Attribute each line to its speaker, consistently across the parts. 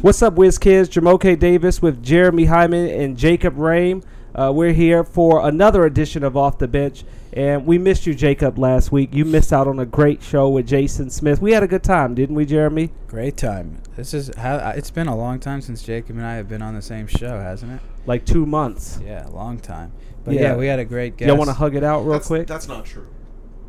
Speaker 1: What's up, Wiz Kids? Jamoke Davis with Jeremy Hyman and Jacob Rame. Uh, we're here for another edition of Off the Bench, and we missed you, Jacob, last week. You missed out on a great show with Jason Smith. We had a good time, didn't we, Jeremy?
Speaker 2: Great time. This is how uh, it's been a long time since Jacob and I have been on the same show, hasn't it?
Speaker 1: Like two months.
Speaker 2: Yeah, a long time. But
Speaker 1: Yeah.
Speaker 2: yeah, we had a great guest.
Speaker 1: Y'all want to hug it out real
Speaker 3: that's,
Speaker 1: quick?
Speaker 3: That's not true.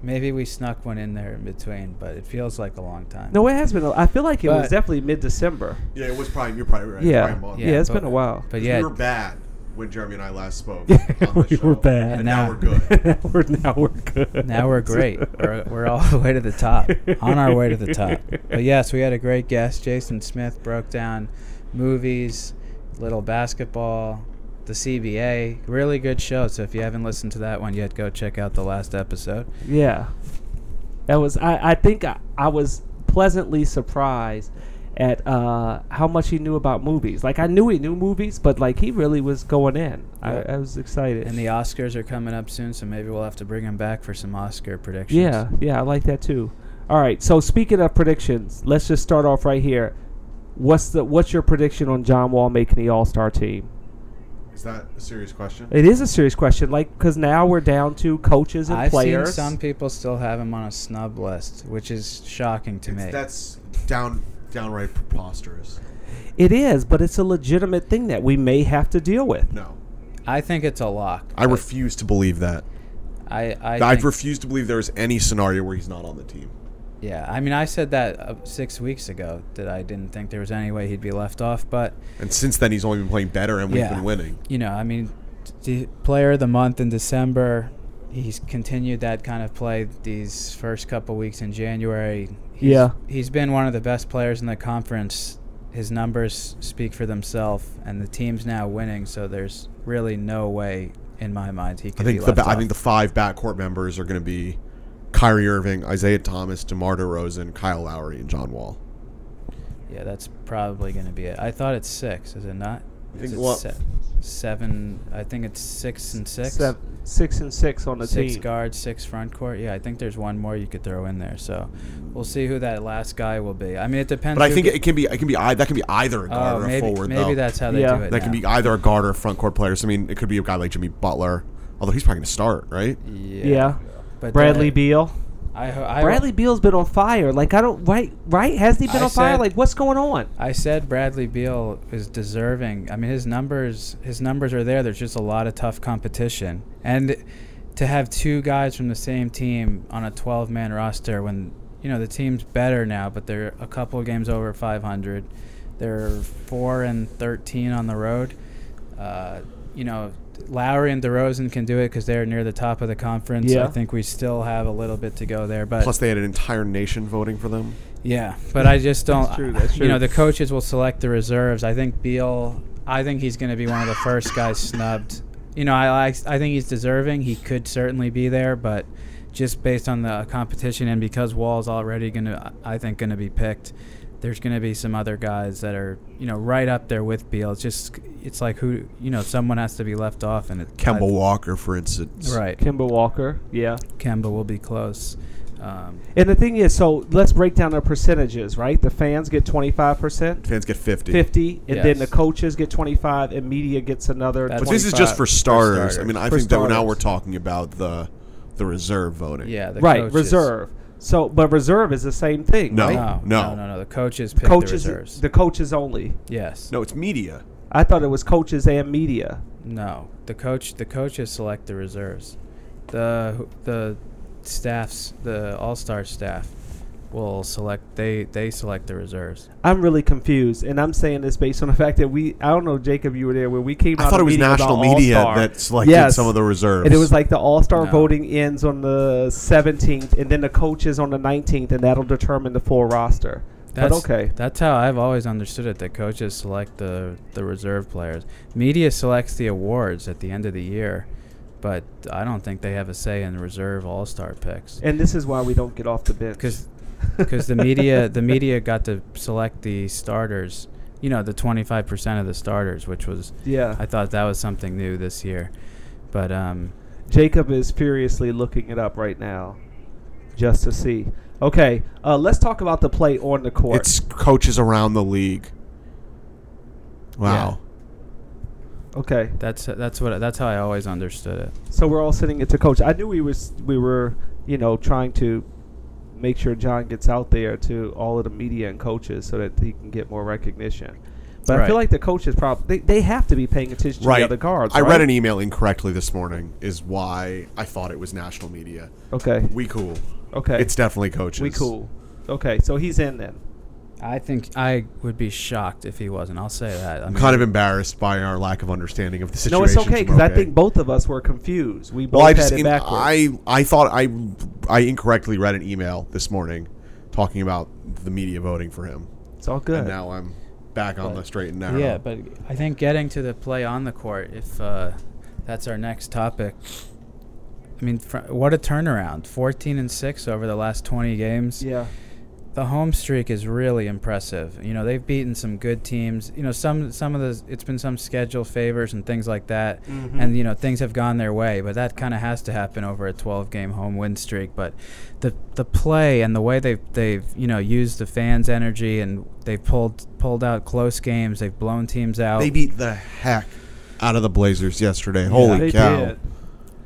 Speaker 2: Maybe we snuck one in there in between, but it feels like a long time.
Speaker 1: no, it has been. A, I feel like it was
Speaker 2: But-
Speaker 1: definitely mid-December.
Speaker 3: Yeah, it was probably you're probably right.
Speaker 1: Yeah.
Speaker 3: probably a month.
Speaker 1: Yeah, it's been a while.
Speaker 2: But
Speaker 3: 'Cause
Speaker 2: yeah,
Speaker 3: we were bad when Jeremy and I last spoke.
Speaker 1: Yeah,
Speaker 3: on the
Speaker 1: we were
Speaker 3: show,
Speaker 1: bad.
Speaker 3: and now,
Speaker 2: Now-
Speaker 3: we're good.
Speaker 1: we're, now we're good.
Speaker 2: now we're great. we're, we're all the way to the top, on our way to the top. But yes, we had a great guest. Jason Smith broke down movies, little basketball, the CBA. Really good show. So if you haven't listened to that one yet, go check out the last episode.
Speaker 1: Yeah. That was I, I think I, I was pleasantly surprised at uh, how much he knew about movies. Like I knew he knew movies, but like he really was going in.
Speaker 2: Yeah.
Speaker 1: I, I was excited.
Speaker 2: And the Oscars are coming up soon, so maybe we'll have to bring him back for some Oscar predictions.
Speaker 1: yeah, yeah, I like that too. All right, so speaking of predictions, let's just start off right here. What's the what's your prediction on John Wall making the All Star team?
Speaker 3: Is that a serious question?
Speaker 1: It is a serious question, like because now we're down to coaches and
Speaker 2: I've
Speaker 1: players.
Speaker 2: seen some people still have him on a snub list, which is shocking to
Speaker 3: It's-
Speaker 2: me.
Speaker 3: that's down downright preposterous.
Speaker 1: it is, but it's a legitimate thing that we may have to deal with.
Speaker 3: No,
Speaker 2: I think it's a lock.
Speaker 3: I refuse to believe that.
Speaker 2: I, I
Speaker 3: I have
Speaker 2: think-
Speaker 3: refused to believe there is any scenario where he's not on the team.
Speaker 2: Yeah, I mean, I said that uh, six weeks ago that I didn't think there was any way he'd be left off, but
Speaker 3: And since then, he's only been playing better, and we've
Speaker 2: Yeah.
Speaker 3: been winning.
Speaker 2: you know, I mean, the player of the month in December, he's continued that kind of play these first couple weeks in January. He's,
Speaker 1: Yeah.
Speaker 2: he's been one of the best players in the conference. His numbers speak for themselves, and the team's now winning, so there's really no way in my mind he
Speaker 3: I
Speaker 2: could
Speaker 3: think
Speaker 2: be
Speaker 3: the
Speaker 2: left
Speaker 3: ba- I
Speaker 2: off.
Speaker 3: think the five backcourt members are going to be Kyrie Irving, Isaiah Thomas, DeMar DeRozan, Kyle Lowry, and John Wall.
Speaker 2: yeah, that's probably going to be it. I thought it's six, is it not?
Speaker 3: I
Speaker 2: Is
Speaker 3: think
Speaker 2: it
Speaker 3: what-
Speaker 2: se- seven? I think it's six and six.
Speaker 1: Seven, six and six on the
Speaker 2: six
Speaker 1: team.
Speaker 2: guards, six front court. Yeah, I think there's one more you could throw in there. So we'll see who that last guy will be. I mean, it depends.
Speaker 3: But I
Speaker 2: who
Speaker 3: think
Speaker 2: get-
Speaker 3: it can be. It can be. ei- That can be either a guard
Speaker 2: oh,
Speaker 3: or a
Speaker 2: maybe
Speaker 3: forward.
Speaker 2: maybe
Speaker 3: though.
Speaker 2: that's how they
Speaker 1: Yeah.
Speaker 2: do it.
Speaker 3: That can
Speaker 2: now.
Speaker 3: be either a guard or a front court player. So, I mean, it could be a guy like Jimmy Butler, although he's probably going to start, right?
Speaker 2: Yeah.
Speaker 1: Yeah.
Speaker 2: But
Speaker 1: Bradley
Speaker 2: that-
Speaker 1: Beal.
Speaker 2: I, ho- I,
Speaker 1: Bradley Beal's been on fire. Like I don't right right has he been
Speaker 2: I
Speaker 1: on fire?
Speaker 2: said-
Speaker 1: Like what's going on?
Speaker 2: I said Bradley Beal is deserving. I mean, his numbers his numbers are there. There's just a lot of tough competition, and to have two guys from the same team on a 12 man roster when you know the team's better now, but they're a couple games over 500. They're four and 13 on the road. Uh, you know, Lowry and DeRozan can do it because they're near the top of the conference.
Speaker 1: Yeah.
Speaker 2: I think we still have a little bit to go there, but
Speaker 3: Plus, they had an entire nation voting for them.
Speaker 2: yeah, but I just don't.
Speaker 1: true, that's
Speaker 2: You
Speaker 1: true.
Speaker 2: know, the coaches will select the reserves. I think Beal. I think he's going to be one of the first guys snubbed. You know, I I I think he's deserving. He could certainly be there, but just based on the competition and because Wall's already going to, I think, going to be picked. There's going to be some other guys that are, you know, right up there with Beal. It's just, it's like who, you know, someone has to be left off, and it.
Speaker 3: Kemba Walker, for instance.
Speaker 2: right?
Speaker 1: Kimber Walker, yeah.
Speaker 2: Kemba will be close. Um,
Speaker 1: And the thing is, so let's break down the percentages, right? The fans get twenty five percent,
Speaker 3: Fans get 50.
Speaker 1: fifty, and then
Speaker 2: Yes.
Speaker 1: the coaches get twenty five, and media gets another.
Speaker 2: That's-
Speaker 3: But this is
Speaker 2: 25
Speaker 3: just for
Speaker 2: for
Speaker 3: starters. I
Speaker 2: starters.
Speaker 3: mean, I
Speaker 1: For
Speaker 3: think that now
Speaker 1: starters.
Speaker 3: we're talking about the the reserve voting.
Speaker 2: yeah, the
Speaker 1: right,
Speaker 2: coaches.
Speaker 1: reserve. So, but reserve is the same thing.
Speaker 3: No.
Speaker 1: right?
Speaker 2: No,
Speaker 3: No.
Speaker 2: no, no, no. The coaches pick
Speaker 1: coaches,
Speaker 2: the reserves.
Speaker 1: the coaches only.
Speaker 2: yes.
Speaker 3: No, it's media.
Speaker 1: I thought it was coaches and media.
Speaker 2: No. The coach. The coaches select the reserves. The the staffs. The all star staff will select. They they select the reserves.
Speaker 1: I'm really confused, and I'm saying this based on the fact that we—I don't know, Jacob, you were there when we came out.
Speaker 3: I thought it
Speaker 1: of
Speaker 3: was
Speaker 1: meeting about
Speaker 3: national media
Speaker 1: All-Star.
Speaker 3: that selected
Speaker 1: Yes.
Speaker 3: some of the reserves.
Speaker 1: And it was like the All Star
Speaker 2: No.
Speaker 1: voting ends on the 17th, and then the coaches on the 19th, and that'll determine the full roster. but okay,
Speaker 2: That's how I've always understood it. That coaches select the the reserve players. Media selects the awards at the end of the year, but I don't think they have a say in the reserve all star picks.
Speaker 1: and this is why we don't get off the bench.
Speaker 2: because because the media the media got to select the starters you know the 25% of the starters which was
Speaker 1: yeah,
Speaker 2: i thought that was something new this year but um
Speaker 1: Jacob is furiously looking it up right now, just to see. Okay, uh, let's talk about the play on the court.
Speaker 3: it's coaches around the league. Wow.
Speaker 1: Okay,
Speaker 2: That's that's what that's how I always understood it.
Speaker 1: so we're all sending it to coach. I knew we was we were you know trying to make sure John gets out there to all of the media and coaches so that he can get more recognition. But I feel
Speaker 2: Right.
Speaker 1: like the coaches probably they, they have to be paying attention to
Speaker 3: Right.
Speaker 1: the other guards.
Speaker 3: I
Speaker 1: right?
Speaker 3: read an email incorrectly this morning. Is why I thought it was national media.
Speaker 1: Okay.
Speaker 3: We cool.
Speaker 1: Okay.
Speaker 3: It's definitely coaches.
Speaker 1: we cool. Okay, so he's in then.
Speaker 2: I think I would be shocked if he wasn't. I'll say that. I
Speaker 3: I'm
Speaker 2: mean,
Speaker 3: kind of embarrassed by our lack of understanding of the situation.
Speaker 1: No, it's okay
Speaker 3: from
Speaker 1: because I
Speaker 3: OK.
Speaker 1: think both of us were confused. We both
Speaker 3: Well, I
Speaker 1: had
Speaker 3: just
Speaker 1: it
Speaker 3: in-
Speaker 1: backwards.
Speaker 3: I I thought I I incorrectly read an email this morning talking about the media voting for him,
Speaker 1: it's all good.
Speaker 3: and now I'm back on
Speaker 2: But-
Speaker 3: the straight and narrow.
Speaker 2: Yeah, but I think getting to the play on the court, if uh, that's our next topic. I mean, fr- what a turnaround! 14 and six over the last 20 games.
Speaker 1: yeah.
Speaker 2: The home streak is really impressive. You know, they've beaten some good teams. You know, some some of the it's been some schedule favors and things like that.
Speaker 1: Mhm.
Speaker 2: And you know, things have gone their way, but that kind of has to happen over a 12-game home win streak, but the the play and the way they have they've, you know, used the fans' energy and they've pulled pulled out close games, they've blown teams out.
Speaker 1: oh.
Speaker 3: they beat the heck out of the Blazers yesterday. Holy
Speaker 1: they
Speaker 3: cow!
Speaker 1: did.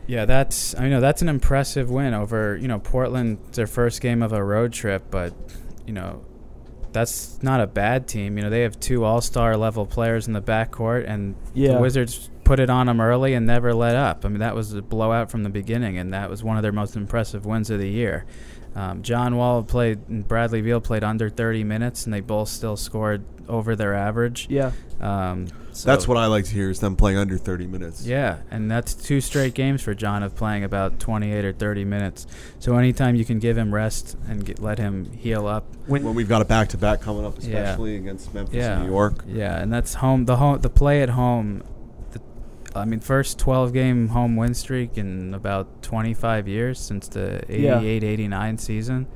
Speaker 2: Yeah, that's I know that's an impressive win over you know Portland. It's their first game of a road trip, but you know that's not a bad team. You know they have two All Star level players in the backcourt, and
Speaker 1: Yeah.
Speaker 2: the Wizards put it on them early and never let up. I mean that was a blowout from the beginning, and that was one of their most impressive wins of the year. Um, John Wall played and Bradley Beal played under 30 minutes, and they both still scored over their average.
Speaker 1: Yeah.
Speaker 2: Um,
Speaker 3: That's
Speaker 2: so-
Speaker 3: what I like to hear is them playing under 30 minutes.
Speaker 2: yeah, and that's two straight games for John of playing about 28 or 30 minutes. So anytime you can give him rest and get, let him heal up.
Speaker 3: When we've got a back to back coming up, especially against Memphis
Speaker 2: Yeah.
Speaker 3: and New York.
Speaker 2: Yeah, and that's home the home the play at home. The, I mean, first 12 game home win streak in about 25 years since the
Speaker 1: Yeah.
Speaker 2: 88-89 season.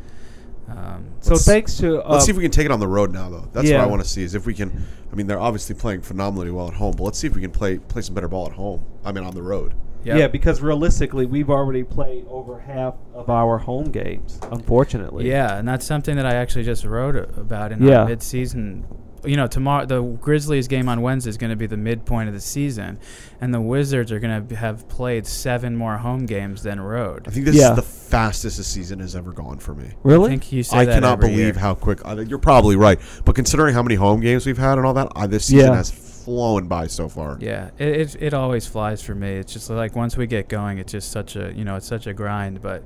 Speaker 2: Um,
Speaker 1: So
Speaker 3: Let's-
Speaker 1: thanks to uh,
Speaker 3: Let's see if we can take it on the road now, though. That's
Speaker 1: Yeah.
Speaker 3: what I want to see is if we can. I mean, they're obviously playing phenomenally well at home, but let's see if we can play play some better ball at home. I mean, on the road.
Speaker 2: yeah.
Speaker 1: yeah because realistically we've already played over half of our home games unfortunately.
Speaker 2: Yeah, and that's something that I actually just wrote a- about in
Speaker 1: Yeah.
Speaker 2: our mid-season. You know, tomorrow the Grizzlies game on Wednesday is going to be the midpoint of the season, and the Wizards are going to have played seven more home games than road.
Speaker 3: I think this
Speaker 1: Yeah.
Speaker 3: is the fastest the season has ever gone for me.
Speaker 2: I
Speaker 1: Really?
Speaker 2: think you say
Speaker 3: I
Speaker 2: that
Speaker 3: cannot
Speaker 2: every
Speaker 3: believe
Speaker 2: year.
Speaker 3: how quick. I think you're probably right, but considering how many home games we've had and all that, I, this season
Speaker 1: Yeah.
Speaker 3: has flown by so far.
Speaker 2: Yeah, it, it it always flies for me. It's just like once we get going, it's just such a you know it's such a grind. But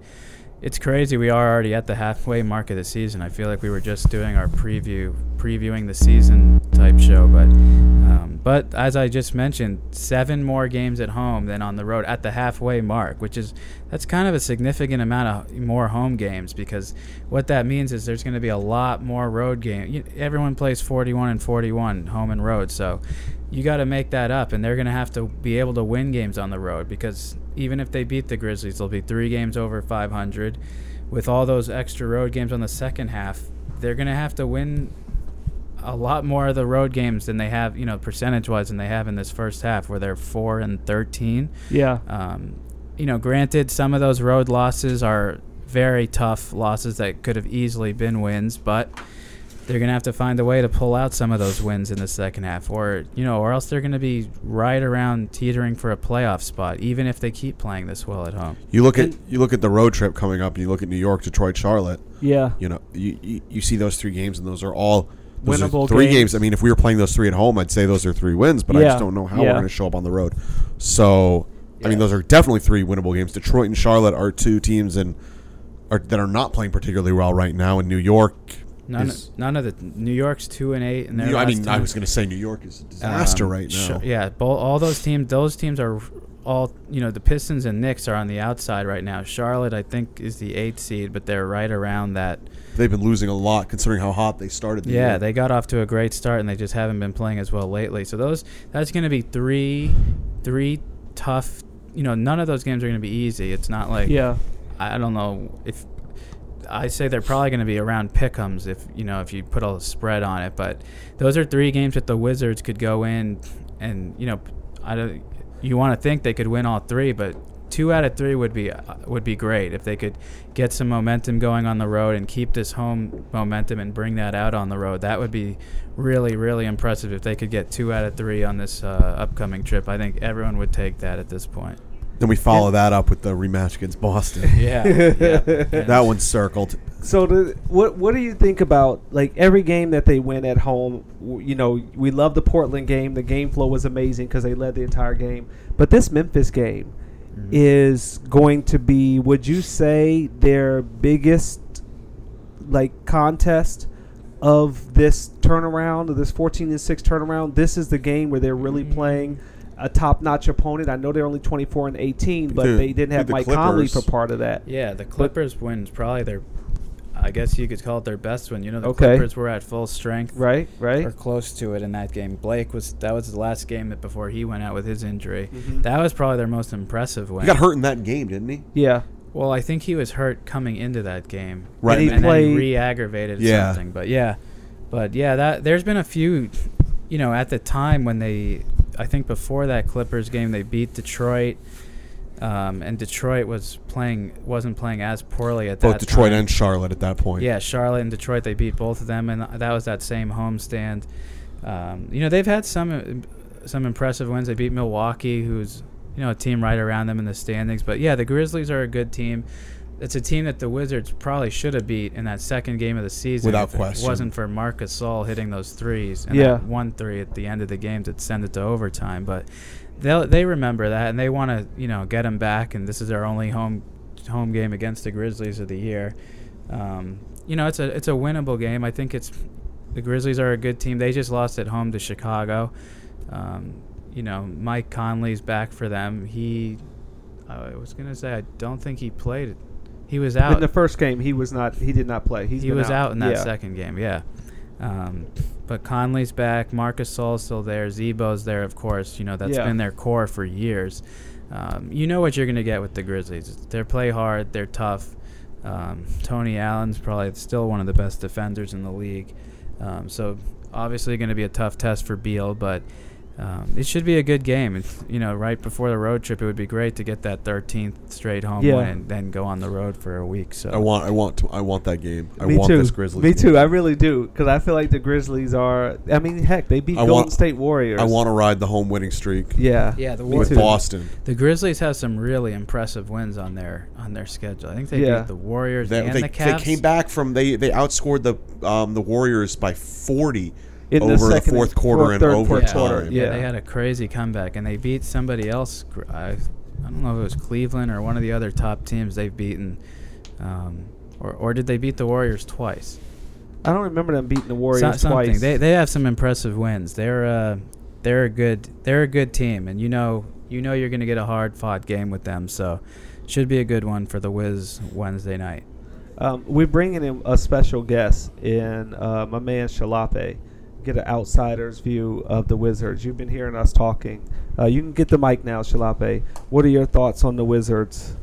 Speaker 2: it's crazy. We are already at the halfway mark of the season. I feel like we were just doing our preview previewing the season type show. But um, but as I just mentioned, seven more games at home than on the road at the halfway mark, which is that's kind of a significant amount of more home games because what that means is there's going to be a lot more road game. You, everyone plays 41 and 41 home and road, so you got to make that up, and they're going to have to be able to win games on the road because even if they beat the Grizzlies, they'll be three games over 500. With all those extra road games on the second half, they're going to have to win a lot more of the road games than they have, you know, percentage wise, than they have in this first half where they're 4 and 13.
Speaker 1: Yeah.
Speaker 2: Um, you know, granted, some of those road losses are very tough losses that could have easily been wins, but they're going to have to find a way to pull out some of those wins in the second half, or, you know, or else they're going to be right around teetering for a playoff spot, even if they keep playing this well at home.
Speaker 3: You look at you look at the road trip coming up, and you look at New York, Detroit, Charlotte.
Speaker 1: yeah.
Speaker 3: You know, you, you, you see those three games, and those are all those are
Speaker 1: Winnable
Speaker 3: three
Speaker 1: games.
Speaker 3: games. I mean, if we were playing those three at home, I'd say those are three wins, but I
Speaker 1: Yeah.
Speaker 3: just don't know how
Speaker 1: Yeah.
Speaker 3: we're going to show up on the road. So, I mean,
Speaker 2: Yeah.
Speaker 3: those are definitely three winnable games. Detroit and Charlotte are two teams and are, that are not playing particularly well right now, and New York.
Speaker 2: None,
Speaker 3: is,
Speaker 2: none of the New York's two and eight, and
Speaker 3: New- I mean, I was
Speaker 2: going
Speaker 3: going to say New York is a
Speaker 2: Um,
Speaker 3: disaster right
Speaker 2: sh-
Speaker 3: now.
Speaker 2: yeah, bo- all those teams, those teams are all you know. The Pistons and Knicks are on the outside right now. Charlotte, I think, is the eighth seed, but they're right around that.
Speaker 3: They've been losing a lot considering how hot they started. The
Speaker 2: Yeah,
Speaker 3: year.
Speaker 2: they got off to a great start, and they just haven't been playing as well lately. So those that's going to be three, three tough. You know, none of those games are going to be easy. It's not like
Speaker 1: Yeah.
Speaker 2: I don't know if I say they're probably going to be around pickums if you know if you put a spread on it. But those are three games that the Wizards could go in and you know I don't. You want to think they could win all three, but two out of three would be uh, would be great if they could get some momentum going on the road and keep this home momentum and bring that out on the road. That would be really really impressive if they could get two out of three on this uh, upcoming trip. I think everyone would take that at this point.
Speaker 3: Then we follow that up with the rematch against Boston.
Speaker 2: Yeah, yeah.
Speaker 3: that one's circled.
Speaker 1: So, the, what what do you think about like every game that they win at home? w- You know, we love the Portland game. The game flow was amazing because they led the entire game. But this Memphis game
Speaker 3: Mm-hmm.
Speaker 1: is going to be, would you say, their biggest like contest of this turnaround, of this fourteen and six turnaround? This is the game where they're really
Speaker 3: Mm-hmm.
Speaker 1: playing. A top-notch opponent. I know they're only twenty-four and eighteen, but
Speaker 3: Dude,
Speaker 1: they didn't have
Speaker 3: dude, the
Speaker 1: Mike Conley for
Speaker 3: Clippers-
Speaker 1: part of that.
Speaker 2: Yeah, the Clippers wins probably their. I guess you could call it their best win. You know, the
Speaker 1: Okay.
Speaker 2: Clippers were at full strength,
Speaker 1: Right, right.
Speaker 2: or close to it in that game. Blake was that was the last game that before he went out with his injury. That was probably their most impressive win.
Speaker 3: He got hurt in that game, didn't he?
Speaker 1: Yeah.
Speaker 2: Well, I think he was hurt coming into that game,
Speaker 3: Right.
Speaker 1: And
Speaker 2: And,
Speaker 1: he
Speaker 2: then
Speaker 1: played-
Speaker 2: re-aggravated
Speaker 3: Yeah.
Speaker 2: something. But yeah, but yeah, that there's been a few, you know, at the time when they, I think before that Clippers game, they beat Detroit. Um, and Detroit was playing wasn't playing as poorly at that
Speaker 3: Both Detroit
Speaker 2: time.
Speaker 3: and Charlotte at that point.
Speaker 2: Yeah, Charlotte and Detroit, they beat both of them, and that was that same homestand. Um, you know, they've had some uh, some impressive wins. They beat Milwaukee, who's you know a team right around them in the standings. But yeah, the Grizzlies are a good team. It's a team that the Wizards probably should have beat in that second game of the season.
Speaker 3: Without
Speaker 2: if
Speaker 3: question.
Speaker 2: it wasn't for Marcus Saul hitting those threes and
Speaker 1: Yeah.
Speaker 2: that one three at the end of the game to send it to overtime. But they they remember that and they want to you know get him back. And this is their only home home game against the Grizzlies of the year. Um, you know it's a it's a winnable game. I think it's the Grizzlies are a good team. They just lost at home to Chicago. Um, you know Mike Conley's back for them. He I was gonna say I don't think he played. He was out
Speaker 1: In the first game, he was not. He did not play. He's
Speaker 2: he
Speaker 1: been
Speaker 2: was out. in that
Speaker 1: Yeah.
Speaker 2: second game, yeah. Um, but Conley's back. Marcus Sol's still there. Zebo's there, of course. You know that's
Speaker 1: Yeah.
Speaker 2: been their core for years. Um, you know what you're going to get with the Grizzlies. They play hard. They're tough. Um, Tony Allen's probably still one of the best defenders in the league. Um, so obviously going to be a tough test for Beal, but um, it should be a good game. It's, you know, right before the road trip, it would be great to get that 13th straight home
Speaker 1: Yeah.
Speaker 2: win and then go on the road for a week. So
Speaker 3: I want, I want, to, I want that game. I
Speaker 1: Me
Speaker 3: want
Speaker 1: too.
Speaker 3: this Grizzlies.
Speaker 1: Me
Speaker 3: game.
Speaker 1: too. I really do because I feel like the Grizzlies are. I mean, heck, they beat
Speaker 3: I
Speaker 1: Golden
Speaker 3: want-
Speaker 1: State Warriors.
Speaker 3: I want to ride the home winning streak
Speaker 1: Yeah.
Speaker 2: Yeah, the
Speaker 1: Me
Speaker 2: Warriors-
Speaker 3: with
Speaker 1: too.
Speaker 3: Boston.
Speaker 2: The Grizzlies have some really impressive wins on their on their schedule. I think they
Speaker 1: Yeah.
Speaker 2: beat the Warriors
Speaker 3: They,
Speaker 2: and
Speaker 3: they,
Speaker 2: the
Speaker 3: they
Speaker 2: Cavs.
Speaker 3: came back from they they outscored the um, the Warriors by forty
Speaker 1: In the
Speaker 3: over the,
Speaker 1: second and
Speaker 3: fourth quarter
Speaker 1: fourth-
Speaker 3: and
Speaker 1: third
Speaker 2: yeah.
Speaker 1: fourth
Speaker 3: overtime.
Speaker 1: quarter,
Speaker 2: Yeah,
Speaker 1: Yeah.
Speaker 2: they had a crazy comeback and they beat somebody else. gr- I, I don't know if it was Cleveland or one of the other top teams they've beaten, um, or or did they beat the Warriors twice?
Speaker 1: I don't remember them beating the
Speaker 2: So-
Speaker 1: Warriors
Speaker 2: something.
Speaker 1: twice.
Speaker 2: They they have some impressive wins. They're uh, they're a good they're a good team, and you know you know you're going to get a hard fought game with them. So should be a good one for the Wiz Wednesday night.
Speaker 1: um, we're bringing in a special guest in uh, my man Shalape. Get an outsider's view of the Wizards. You've been hearing us talking. Uh, you can get the mic now, Shalape. What are your thoughts on the Wizards?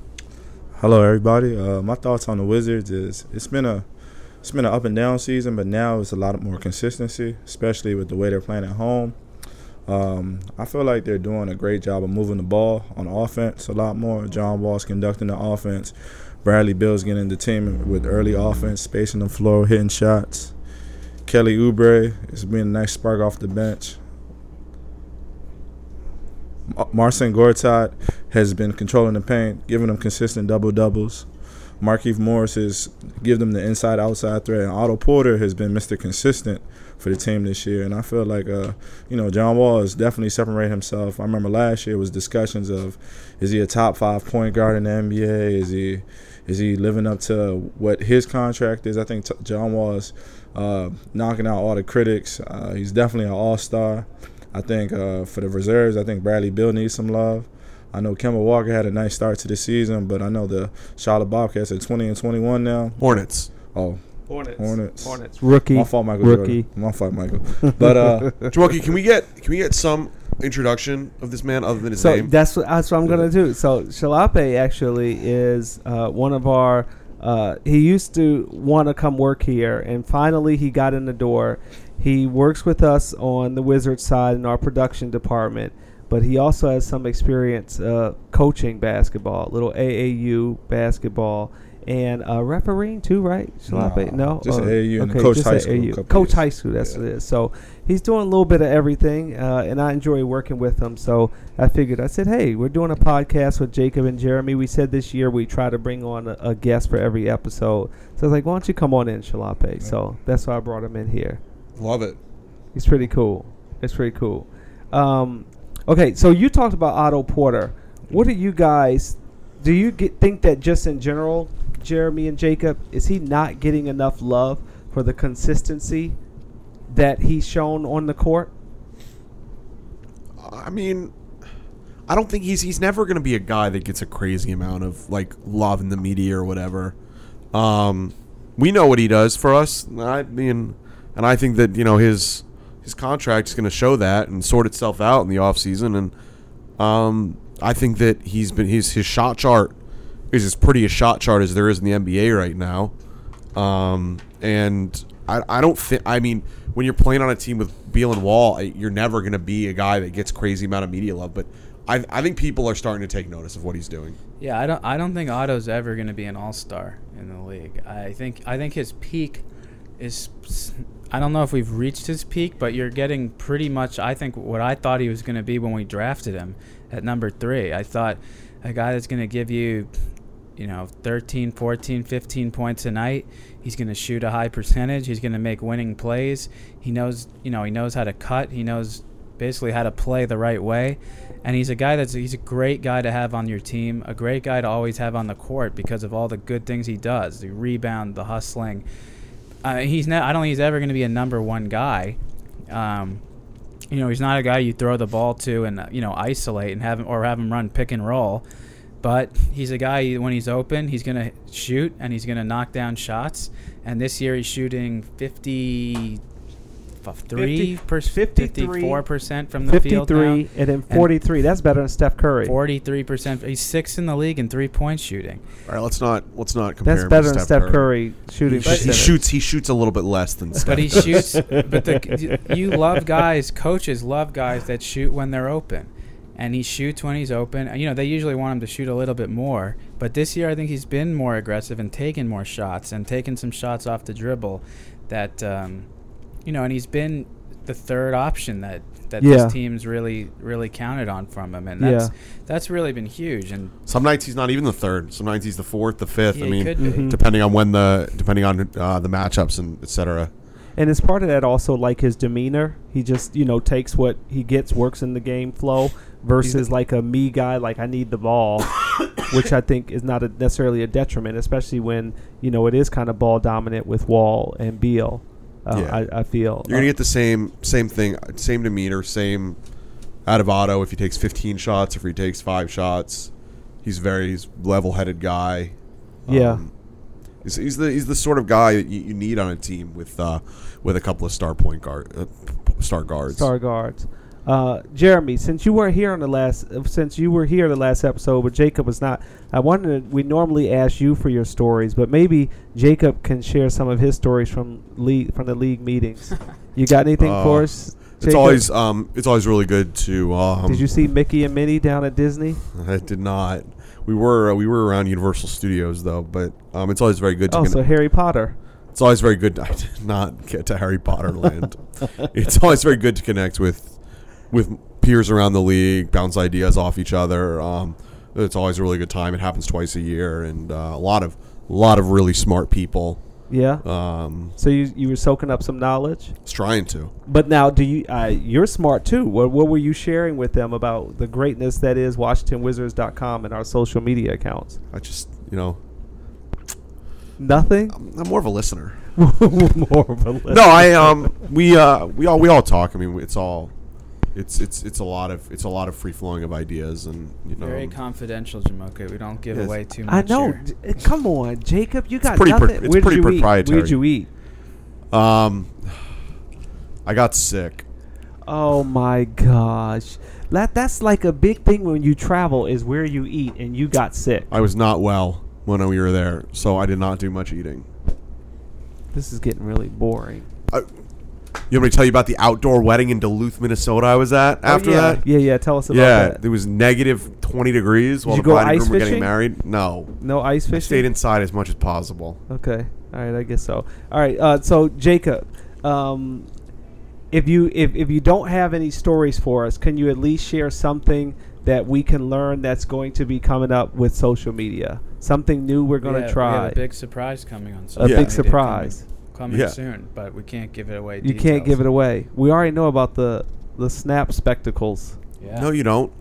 Speaker 4: Hello, everybody. Uh, my thoughts on the Wizards is it's been a it's been an up and down season, but now it's a lot more consistency, especially with the way they're playing at home. Um, I feel like they're doing a great job of moving the ball on offense a lot more. John Wall's conducting the offense. Bradley Bill's getting the team with early offense, spacing the floor, hitting shots. Kelly Oubre is being a nice spark off the bench. Ma- Marcin Gortat has been controlling the paint, giving them consistent double doubles. Markeith Morris is give them the inside outside threat, and Otto Porter has been Mr. Consistent for the team this year. And I feel like, uh, you know, John Wall is definitely separating himself. I remember last year was discussions of, is he a top five point guard in the NBA? Is he, is he living up to what his contract is? I think t- John Wall is uh, knocking out all the critics. Uh, he's definitely an All Star. I think uh, for the reserves, I think Bradley Bill needs some love. I know Kemba Walker had a nice start to the season, but I know the Charlotte Bobcats are 20 and 21 now.
Speaker 3: Hornets.
Speaker 4: Oh,
Speaker 1: Hornets.
Speaker 4: Hornets.
Speaker 1: Hornets. Rookie.
Speaker 4: my fault, Michael
Speaker 1: Rookie.
Speaker 4: Jordan. My fault, Michael. But uh,
Speaker 3: Jawoki, can we get can we get some introduction of this man other than his
Speaker 1: So
Speaker 3: name?
Speaker 1: that's what, that's what I'm gonna do. So Shalape actually is uh, one of our. Uh, he used to want to come work here, and finally he got in the door. He works with us on the Wizard side in our production department. but he also has some experience uh, coaching basketball, little AAU basketball, and uh, refereeing too, right? Shalape?
Speaker 4: No,
Speaker 1: No,
Speaker 4: just
Speaker 1: Uh,
Speaker 4: AAU and coached
Speaker 1: just
Speaker 4: high
Speaker 1: at
Speaker 4: school a
Speaker 1: AAU.
Speaker 4: couple
Speaker 1: Coach
Speaker 4: years.
Speaker 1: high school, that's
Speaker 4: Yeah.
Speaker 1: what it is. So he's doing a little bit of everything, uh, and I enjoy working with him. So I figured, I said, hey, we're doing a podcast with Jacob and Jeremy. We said this year we try to bring on a, a guest for every episode. So I was like, why don't you come on in, Shalape? So that's why I brought him in here.
Speaker 3: Love it.
Speaker 1: It's pretty cool. It's pretty cool. Um, okay, so you talked about Otto Porter. What do you guys do? You get, think that just in general, Jeremy and Jacob is he not getting enough love for the consistency that he's shown on the court?
Speaker 3: I mean, I don't think he's he's never going to be a guy that gets a crazy amount of like love in the media or whatever. Um, we know what he does for us. I mean, and I think that you know his his contract is going to show that and sort itself out in the offseason. And um, I think that he's been his his shot chart is as pretty a shot chart as there is in the NBA right now. Um, and I, I don't think. I mean, when you're playing on a team with Beal and Wall, I- you're never going to be a guy that gets crazy amount of media love. But I, I think people are starting to take notice of what he's doing.
Speaker 2: Yeah, I don't. I don't think Otto's ever going to be an all star in the league. I think. I think his peak is. I don't know if we've reached his peak, but you're getting pretty much. I think what I thought he was going to be when we drafted him at number three. I thought a guy that's going to give you, you know, 13, 14, 15 points a night. He's going to shoot a high percentage. He's going to make winning plays. He knows. You know, he knows how to cut. He knows basically how to play the right way. And he's a guy that's he's a great guy to have on your team, a great guy to always have on the court because of all the good things he does, the rebound, the hustling. Uh, he's not. I don't think he's ever going to be a number one guy. Um, you know, he's not a guy you throw the ball to and uh, you know isolate and have him or have him run pick and roll. But he's a guy when he's open, he's going to shoot and he's going to knock down shots. And this year he's shooting 53
Speaker 1: 53
Speaker 2: 54 percent from the field. now.
Speaker 1: Fifty-three and then forty-three. That's better than Steph Curry.
Speaker 2: Forty-three percent. He's sixth in the league in three-point shooting.
Speaker 3: All right, let's not let's not compare.
Speaker 1: That's
Speaker 3: him
Speaker 1: better
Speaker 3: to
Speaker 1: than Steph Curry, shooting.
Speaker 3: He, sh- he
Speaker 1: percentage.
Speaker 3: shoots he shoots a little bit less than Steph.
Speaker 2: But he
Speaker 3: does.
Speaker 2: shoots. But the, you love guys. Coaches love guys that shoot when they're open, and he shoots when he's open. And, You know they usually want him to shoot a little bit more. But this year, I think he's been more aggressive and taken more shots and taken some shots off the dribble. That um, you know, and he's been the third option that that
Speaker 1: Yeah.
Speaker 2: this team's really really counted on from him, and that's that's really been huge. And
Speaker 3: Some nights he's not even the third. Some nights he's the fourth, the fifth.
Speaker 2: yeah,
Speaker 3: I
Speaker 2: he
Speaker 3: mean,
Speaker 2: could be.
Speaker 1: Mhm.
Speaker 3: depending on when the depending on uh, the matchups and etc.
Speaker 1: And as part of that, also like his demeanor, he just you know takes what he gets, works in the game flow, versus like a me guy, like I need the ball, which I think is not a, necessarily a detriment, especially when you know it is kind of ball dominant with Wall and Beal. Uh,
Speaker 3: Yeah.
Speaker 1: I, I feel
Speaker 3: You're gonna get the same same thing, same demeanor, same out of Otto. If he takes 15 shots, if he takes five shots, he's very he's level-headed guy. Um,
Speaker 1: Yeah.
Speaker 3: he's, he's the he's the sort of guy that you, you need on a team with uh, with a couple of star point guard uh, star guards.
Speaker 1: star guards. Uh, Jeremy, since you weren't here on the last, since you were here the last episode, but Jacob was not, I wanted we normally ask you for your stories, but maybe Jacob can share some of his stories from league from the league meetings. you got anything
Speaker 3: Uh,
Speaker 1: for us?
Speaker 3: It's
Speaker 1: Jacob?
Speaker 3: always um it's always really good to um.
Speaker 1: Did you see Mickey and Minnie down at Disney?
Speaker 3: I did not. We were uh, we were around Universal Studios though, but um, it's always very good to
Speaker 1: Oh,
Speaker 3: get-
Speaker 1: so Harry Potter.
Speaker 3: It's always very good. I did not get to Harry Potter land. it's always very good to connect with with peers around the league, bounce ideas off each other. Um, it's always a really good time. It happens twice a year, and uh, a lot of a lot of really smart people.
Speaker 1: Yeah.
Speaker 3: Um,
Speaker 1: so you you were soaking up some knowledge,
Speaker 3: it's trying to.
Speaker 1: but now do you? Uh, you're smart too. What what were you sharing with them about the greatness that is WashingtonWizards.com and our social media accounts?
Speaker 3: I just you know
Speaker 1: Nothing.
Speaker 3: I'm, I'm more of a listener.
Speaker 1: more of a list.
Speaker 3: Um, no, I um we uh we all we all talk. I mean, it's all it's it's it's a lot of it's a lot of free flowing of ideas, and you know
Speaker 2: Very confidential, Jamoke. We don't give
Speaker 3: Um, Yes.
Speaker 2: away too much.
Speaker 1: I know.
Speaker 2: here.
Speaker 1: J- Come on, Jacob. You got
Speaker 3: pretty pro-
Speaker 1: nothing.
Speaker 3: it's
Speaker 1: Where did
Speaker 3: pretty
Speaker 1: you
Speaker 3: proprietary.
Speaker 1: Eat? Where'd you eat?
Speaker 3: um I got sick.
Speaker 1: Oh my gosh, that that's like a big thing when you travel is where you eat, and you got sick.
Speaker 3: I was not well when we were there, so I did not do much eating.
Speaker 1: This is getting really boring.
Speaker 3: I, You want me to tell you about the outdoor wedding in Duluth, Minnesota? I was at after
Speaker 1: Oh, yeah.
Speaker 3: that.
Speaker 1: Yeah, yeah. Tell us about
Speaker 3: yeah,
Speaker 1: that.
Speaker 3: it was negative twenty degrees while
Speaker 1: you
Speaker 3: the
Speaker 1: go
Speaker 3: bride and
Speaker 1: ice
Speaker 3: groom were getting
Speaker 1: fishing?
Speaker 3: married. No,
Speaker 1: No ice
Speaker 3: I
Speaker 1: fishing.
Speaker 3: stayed inside as much as possible.
Speaker 1: Okay. All right. I guess so. All right. Uh, so Jacob, um, if you if, if you don't have any stories for us, can you at least share something that we can learn that's going to be coming up with social media? Something new we're going to
Speaker 2: Yeah, We
Speaker 1: try.
Speaker 2: have a big surprise coming on.
Speaker 1: A
Speaker 2: social
Speaker 3: Yeah.
Speaker 1: big
Speaker 2: media coming-
Speaker 1: surprise.
Speaker 2: coming,
Speaker 3: Yeah.
Speaker 2: soon, but we can't give it away.
Speaker 1: You can't
Speaker 2: details.
Speaker 1: give it away. We already know about the the snap spectacles.
Speaker 2: Yeah.
Speaker 3: No, you don't.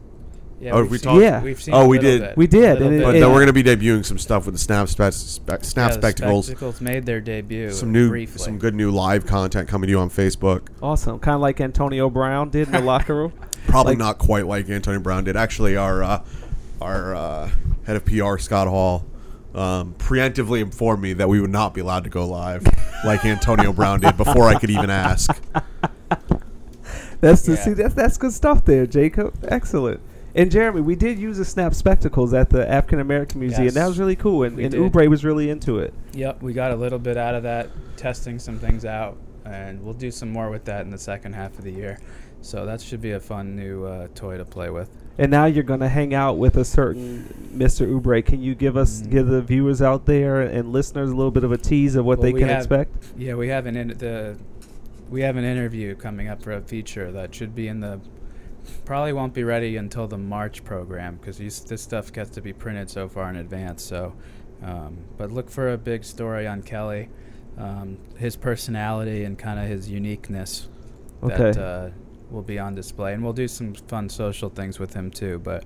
Speaker 2: yeah,
Speaker 3: Oh,
Speaker 2: we've
Speaker 3: we
Speaker 2: seen-
Speaker 3: talked-
Speaker 1: Yeah.
Speaker 2: We've seen.
Speaker 3: Oh,
Speaker 2: a
Speaker 3: we
Speaker 2: little
Speaker 3: did.
Speaker 2: bit,
Speaker 1: We
Speaker 2: a
Speaker 1: did,
Speaker 2: little
Speaker 1: and it-
Speaker 2: bit.
Speaker 3: But
Speaker 1: it-
Speaker 3: then we're gonna be debuting some stuff with the snap spec- spec-
Speaker 2: Yeah,
Speaker 3: snap
Speaker 2: the
Speaker 3: spectacles.
Speaker 2: Spectacles made their debut.
Speaker 3: Some new,
Speaker 2: briefly.
Speaker 3: some good new live content coming to you on Facebook.
Speaker 1: Awesome. Kind of like Antonio Brown did in the locker room.
Speaker 3: Probably
Speaker 1: Like-
Speaker 3: not quite like Antonio Brown did. Actually, our uh, our uh, head of PR Scott Hall um, preemptively informed me that we would not be allowed to go live like Antonio Brown did before I could even ask.
Speaker 1: That's the,
Speaker 2: Yeah.
Speaker 1: see that's that's good stuff there, Jacob. Excellent. And Jeremy, we did use the snap spectacles at the African American Museum. That
Speaker 2: Yes.
Speaker 1: was really cool, and,
Speaker 2: We
Speaker 1: and
Speaker 2: did.
Speaker 1: Oubre was really into it.
Speaker 2: Yep, we got a little bit out of that, testing some things out, and we'll do some more with that in the second half of the year. So that should be a fun new uh, toy to play with.
Speaker 1: And now you're going to hang out with a certain Mr. Oubre. Can you give
Speaker 2: Mm.
Speaker 1: us, give the viewers out there and listeners a little bit of a tease of what
Speaker 2: Well,
Speaker 1: they
Speaker 2: we
Speaker 1: can
Speaker 2: have-
Speaker 1: expect?
Speaker 2: Yeah, we have an in- the we have an interview coming up for a feature that should be in the probably won't be ready until the March program because this stuff gets to be printed so far in advance. So, um, but look for a big story on Kelly, um, his personality and kind of his uniqueness that
Speaker 1: Okay.
Speaker 2: uh, will be on display, and we'll do some fun social things with him too. But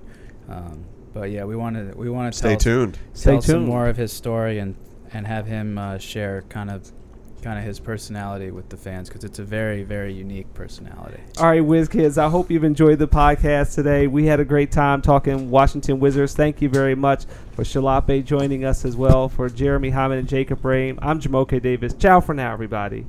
Speaker 2: um, but yeah, we want to we want to
Speaker 3: Stay tuned.
Speaker 1: Stay
Speaker 2: tell some
Speaker 1: tuned.
Speaker 2: more of his story and and have him uh, share kind of kind of his personality with the fans because it's a very very unique personality.
Speaker 1: All right, Wiz Kids, I hope you've enjoyed the podcast today. We had a great time talking Washington Wizards. Thank you very much for Shalape joining us as well, for Jeremy Hyman and Jacob Rame. I'm Jamoke Davis. Ciao for now, everybody.